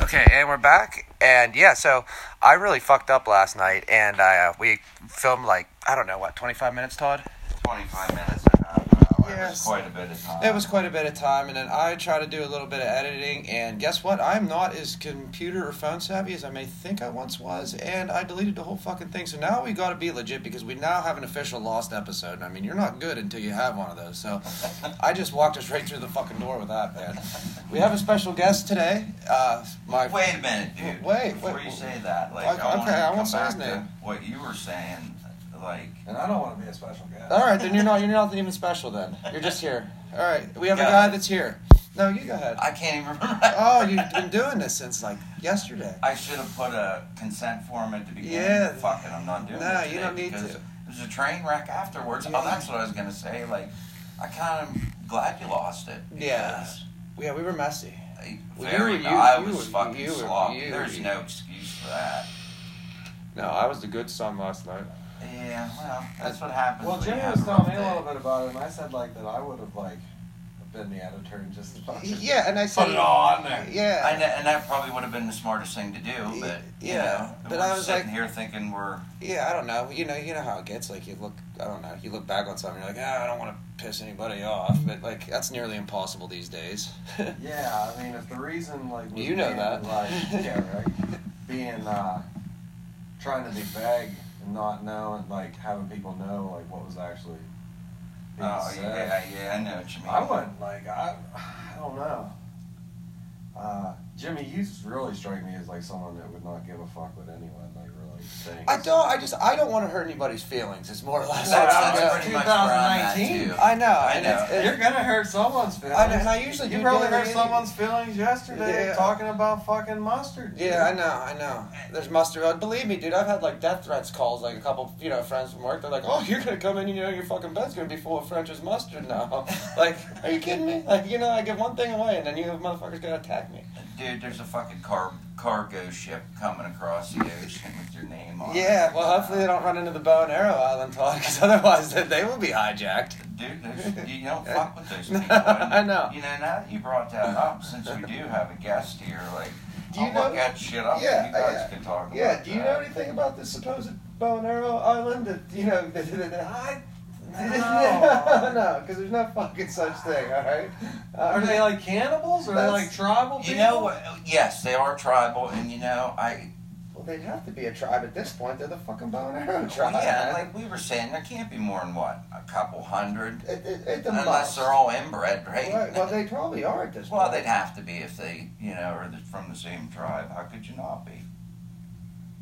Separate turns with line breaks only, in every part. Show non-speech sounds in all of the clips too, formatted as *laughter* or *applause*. Okay, and we're back. And yeah, so I really fucked up last night, and I, uh, we filmed like I don't know what twenty five minutes, Todd.
25 minutes or half an hour. It was
Yes.
quite a bit of time.
It was quite a bit of time, and then I tried to do a little bit of editing, and guess what? I'm not as computer or phone savvy as I may think I once was, and I deleted the whole fucking thing. So now we gotta be legit because we now have an official lost episode. And I mean, you're not good until you have one of those.
*laughs*
So I just walked us right through the fucking door with that, man. We have a special guest today. Uh, my
Wait a minute, dude.
Wait,
Before
wait,
you
wait.
say that, like,
Okay,
I want
okay, I
to
won't
come
say
back
his
to
name.
what you were saying. Like,
And I don't want to be a special guest.
All right, then you're not you're not even special. Then you're just here. All right, we have
Yeah.
a guy that's here. No, you go ahead.
I can't even *laughs* remember.
Oh, you've been doing this since like yesterday.
I should have put a consent form at the beginning.
Yeah.
Fuck it, I'm not doing
No,
it
you
today
don't need
because
to.
It was a train wreck afterwards.
Yeah.
Oh, that's what I was going to say. Like, I kind of glad you lost it.
Yeah.
because,
Yeah, we were messy.
like,
Well, you
very,
were- you-
I
you
was
were-
fucking
you were-
sloppy.
you-
There's no excuse for that.
No, I was the good son last night.
Yeah, well, that's what happens.
Well,
when you
Jimmy
have
was
a
telling
rough
me a
day.
little bit about it, and I said like that I would have like been the editor and just fucking
*laughs* Yeah, and I said,
it all on there.
I
yeah,
know, and that probably would have been the smartest thing to do, but you
Yeah,
know,
but
we're
I was
sitting
like-
here thinking we're uh,
yeah. I don't know. You know, you know how it gets. Like you look, I don't know. You look back on something, you're like, ah, I don't want to piss anybody off, but like that's nearly impossible these days. *laughs*
Yeah, I mean, if the reason like was
You know
being,
that. *laughs*
like yeah, right, being uh, trying to be vague and not knowing like having people know like what was actually being
oh
uh,
said.
yeah yeah I know what you mean.
I wouldn't like I I don't know. Uh, Jimmy, you really strike me as like someone that would not give a fuck what anyone like really thinks.
I don't. I just, I don't want to hurt anybody's feelings. It's more or less.
That's,
Well,
how
that's
it goes.
I'm
pretty much where I'm at,
2019.
too.
I know.
I
and
know.
it's- it's-
You're gonna hurt someone's feelings.
I know, and I usually
you
do
probably
daily
hurt
meetings.
someone's feelings yesterday
Yeah.
talking about fucking mustard. dude.
Yeah, I know, I know. There's mustard. uh, Believe me, dude. I've had like death threats calls, like a couple, you know, friends from work. They're like, "Oh, you're gonna come in, you know, your fucking bed's gonna be full of French's mustard now." like, are you kidding me? Like, you know, I give one thing away, and then you motherfuckers gonna attack me.
Uh, Dude, there's a fucking car cargo ship coming across the ocean with your name on
Yeah.
it. Uh,
Well, hopefully they don't run into the bow and arrow island talk, because otherwise they- they will be hijacked. *laughs*
Dude, there's- you don't fuck with those people.
I
And,
know.
You know, now that you brought that up, since we do have a guest here, like,
Do you
I'll
know-
look that shit up.
Yeah,
and you guys
yeah.
can talk
Yeah.
about
Do you know
that.
anything about this supposed bow and arrow island? That you know, that, that, that,
I,
no,
no.
no, because there's no fucking such thing. All right.
Are they like cannibals? Are they
That's-
like tribal people?
You know what? Yes, they are tribal, and you know, I
Well, they'd have to be a tribe at this point. They're the fucking bow and arrow
Well,
tribe.
yeah,
man.
like we were saying, there can't be more than what a couple hundred,
At- at- at the
unless
most.
they're all inbred, right?
Right, Well, they probably are at this
Well,
point.
they'd have to be if they, you know, are the, from the same tribe. How could you not be?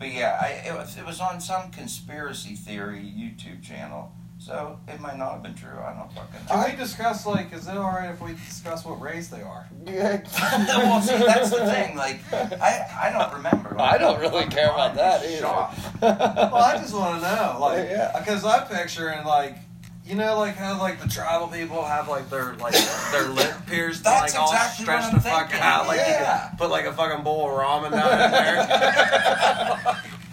But yeah, I, it, was, it was on some conspiracy theory YouTube channel, so it might not have been true. I don't fucking
*laughs*
know.
Can we discuss like? Is it all right if we discuss what race they are?
Yeah.
*laughs* well, see, that's the thing. Like, I, I don't remember.
I don't really care about that either.
Shocked.
Well, I just want to know, like,
Yeah.
because I picture and like. You know, like how like the tribal people have like their like their *laughs* lip pierced, and,
That's
like all
exactly what
stretched
I'm
the fuck
thinking.
out, like you could
Yeah.
put like a fucking bowl of ramen down in
*laughs*
*laughs*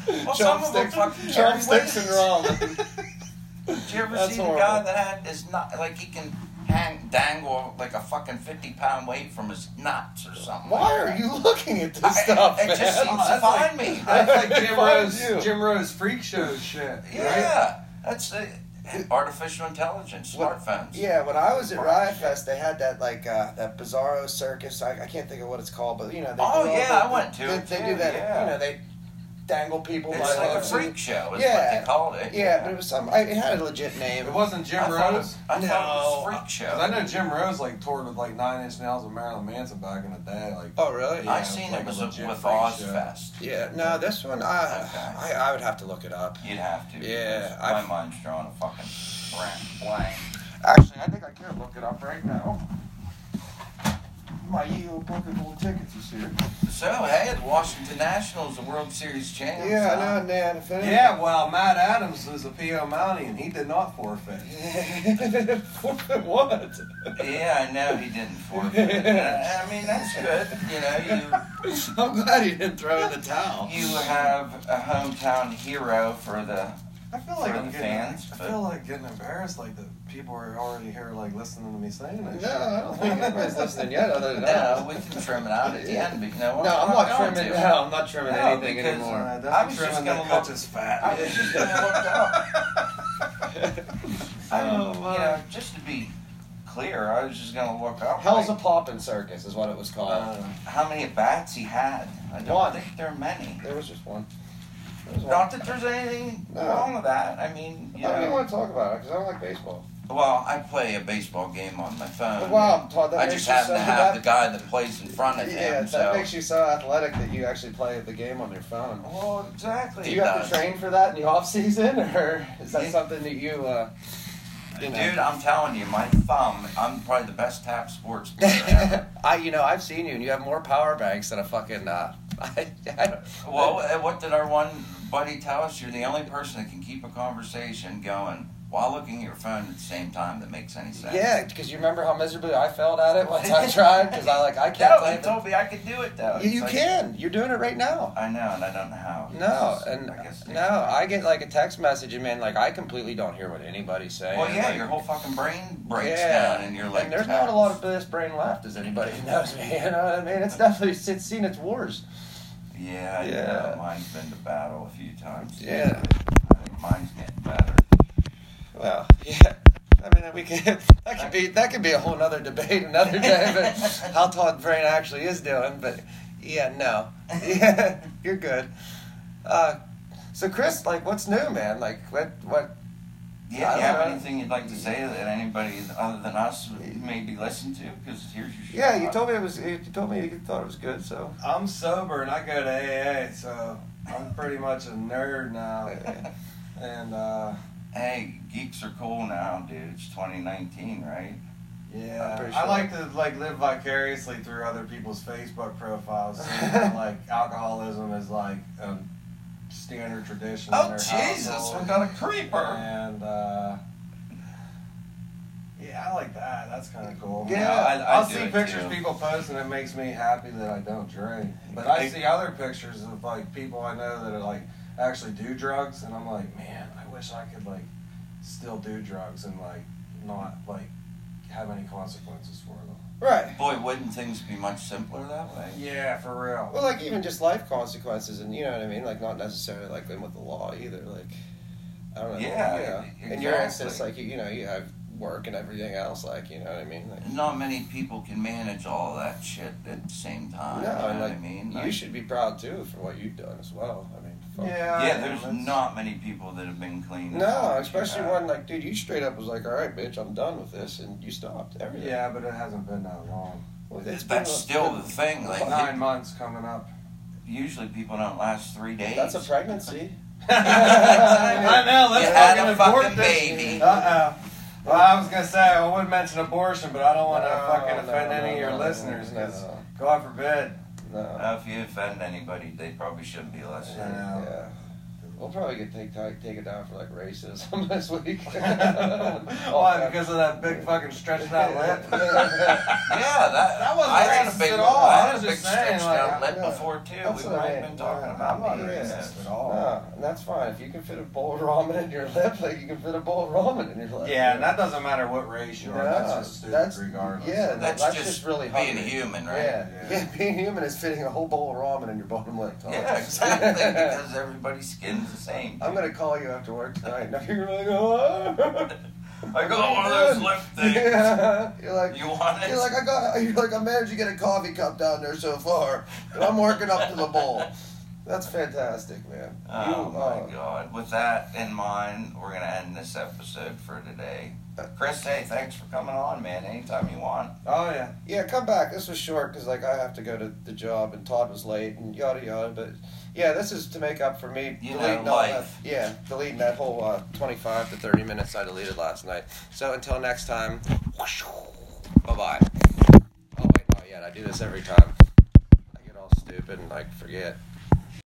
there.
Well, some of them
Chopsticks-
fucking
chopsticks and raw.
Did you ever
That's
see
horrible.
the guy that had is not like he can hang dangle like a fucking fifty pound weight from his nuts or something?
Why
like
are
that?
you looking at this
I-
stuff,
it
man?
just seems to
that's
*laughs*
find me.
That's like
If
Jim
I
Rose,
was you.
Jim Rose freak show shit. Right?
yeah, that's uh, artificial intelligence,
What-
smartphones.
Yeah, when I was at Riot Fest, they had that like uh, that bizarro circus. I, I can't think of what it's called, but you know. They
Oh,
do all
yeah,
the-
I went to
they,
it
They
too,
do that.
yeah.
You know, they dangle people. by
It's like a
hooks and-
freak show, is what
Yeah.
they called it.
Yeah, but it was some. I, it had a legit name.
It wasn't Jim
I thought it,
Rose.
was- I thought it
No.
was freak show.
Cause I know Jim Rose like toured with like Nine Inch Nails and Marilyn Manson back in the day. Like,
Oh, really?
Yeah,
I
it was
seen
like
it
a
was a, with
legit freak show.
Ozfest.
Yeah, no, this one, I,
Okay.
I, I would have to look it up.
You'd have to.
Yeah,
because my
I've-
mind's drawing a fucking blank. blank.
Actually, I think I can look it up right now. My EO booking all tickets is here.
So hey, the Washington Nationals, the World Series champs.
Yeah,
huh?
I know, man. If any-
Yeah, well, Matt Adams was a PO Mountie and he did not forfeit.
*laughs* what? *laughs*
Yeah, I know he didn't forfeit. it. I I mean, that's good. You know,
*laughs* I'm glad you didn't throw in the towel.
you you have a hometown hero for the
I feel like
For
I'm
the
getting,
fans,
I feel like getting embarrassed. Like the people are already here, like listening to me saying
No,
this. shit.
I don't think anybody's listening yet. Other than
No, we can trim it out at the end, but you know
No,
what?
I'm not
going
trimming.
to.
No, I'm not trimming
No,
anything
because,
Uh,
anymore.
that's
I was
trimming
just gonna
that
look-
catches fat.
I was just gonna look up.
*laughs*
I,
Oh,
you
my.
know, just to be clear, I was just gonna look up.
Hell's a
like,
poppin' circus is what it was called.
*laughs* Uh,
how many bats he had. I don't
One.
think there are many.
there was just one. There was one.
Not that there's anything
No.
wrong with that. I mean, you
I don't even
know.
want to talk about it because I don't like baseball.
Well, I play a baseball game on my phone.
Wow, Todd, that
I
makes
just
you
happen to
so-
have the guy that plays in front of
yeah,
him.
that
So.
makes you so athletic that you actually play the game on your phone.
Well, exactly.
Do
it
you have
does.
to train for that in the off season, *laughs* or is that
Yeah.
something that you? Uh, you know? *laughs*
Dude, I'm telling you, my thumb, I'm probably the best tap sports player
*laughs*
ever.
I, you know, I've seen you, and you have more power banks than a fucking. Uh, *laughs* I, I,
well, uh, what did our one buddy tell us? You're the only person that can keep a conversation going while looking at your phone at the same time that makes
*laughs*
any sense.
yeah, because you remember how miserably I failed at it once
*laughs*
I tried. Because I like I can't.
No,
play
he told me I could do it though.
it. You,
It's
you
like-
can. You're doing it right now.
I know, and I don't know how.
No,
It's just-
and
I guess
no, I get like a text message, and man, like I completely don't hear what anybody's saying.
Well, yeah,
Like,
your whole fucking brain breaks
yeah.
down, and you're like,
and there's not a lot of this brain left, as anybody *laughs* who knows me. You know what I mean? It's definitely it's seen its wars.
Yeah,
Yeah.
yeah. Mine's been to battle a few times.
Yeah.
I think mine's getting better.
Well, *laughs* yeah. I mean, we could *laughs* that could be that could be a whole other debate another day, but *laughs* how Todd Brain actually is doing. But yeah, no, *laughs* yeah, you're good. Uh, so Chris, like, what's new, man? Like, what, what? I
Yeah, do you
don't
have
know.
anything you'd like to say that anybody other than us would maybe listen to? Because here's your show.
Yeah, you told me it was. You told me you thought it was good. So
I'm sober and I go to AA, so I'm pretty much a nerd *laughs* now.
*laughs*
And uh,
*laughs* Hey, geeks are cool now, dude. It's 2019, right?
yeah,
I'm pretty
I
sure.
like to like live vicariously through other people's Facebook profiles. seeing
*laughs*
how, like alcoholism is like a standard tradition.
Oh,
in their household.
got a creeper.
And uh, yeah, I like that. That's kind of cool.
Yeah,
I,
I- I
will
do
see
it,
pictures
too.
people post, and it makes me happy that I don't drink. But I
Hey.
see other pictures of like people I know that are like actually do drugs, and I'm like, man, I wish I could like still do drugs and like not like have any consequences for them.
right.
Boy, wouldn't things be much simpler that way?
Yeah, for real.
Well, like even just life consequences, and you know what I mean. Like not necessarily like in with the law either. Like I don't know.
Yeah,
you know.
e-
In your
exactly.
instance, like you, you know, you have work and everything else. Like you know what I mean. Like,
Not many people can manage all that shit at the same time.
No,
you know
and,
what I
like,
mean?
You
Like,
should be proud too for what you've done as well. I mean, fuck.
yeah,
yeah, there's
that's-
not many people that have been clean. as long
No,
as you
especially
have.
when like, dude, you straight up was like, "All right, bitch, I'm done with this," and you stopped everything.
Yeah, but it hasn't been that long.
Well, it's been
That's
a-
still the thing. Like,
Nine months coming up.
usually people don't last three days.
That's a pregnancy.
I know. Let's
You had
fucking
a
abort
fucking
this.
baby.
Uh oh. Well, I was gonna say I would mention abortion, but I don't want to
No,
fucking
no,
offend any
no,
of your
no,
listeners
no,
'cause
no.
God forbid. *laughs*
No.
Now, if you offend anybody, they probably shouldn't be listening.
Yeah.
Yeah. We'll probably get take, take, take it down for like racism *laughs* this
*laughs*
week. Oh,
Why? Because of that big fucking stretched
*laughs*
out lip.
Yeah, that,
That wasn't
I had a
racist
big,
at all.
I
I
had
was
a big
just saying,
stretched
like,
out
I-
lip
yeah.
before too.
That's
we
what I
might have
mean.
been talking
Yeah,
about
I'm not
being
racist.
racist.
at all.
No, and that's fine. If you can fit a bowl of ramen in your lip, like you can fit a bowl of ramen in your lip.
yeah, and that doesn't matter what race you are.
No,
that's just stupid,
that's-
regardless.
yeah, that-
That's,
That's
just,
just really
being
hungry.
human, right?
Yeah.
Yeah.
yeah, *laughs* Being human is fitting a whole bowl of ramen in your bottom lip. Tom.
Yeah, exactly. because everybody's skin's the same.
*laughs* I'm gonna call you after work tonight. *laughs* And you're like,
*laughs*
oh.
I got one of those lip
*laughs*
things.
Yeah. You're like,
You want it?
you're like, I got. *laughs* You're like, I managed to get a coffee cup down there so far, and I'm working up to the
*laughs*
bowl. That's fantastic, man.
oh
you,
my
uh,
god. With that in mind, we're gonna end this episode for today. Chris, hey, thanhanks for coming on, man. Anytime you want.
Oh yeah.
Yeah, come back. This was short because like I have to go to the job and Todd was late and yada yada. But yeah, this is to make up for me
You know,
deleting all that.
life.
Yeah, deleting that whole uh, twenty-five to thirty minutes I deleted last night. So until next time, bye bye. Oh wait, not yet. I do this every time. I get all stupid and like forget.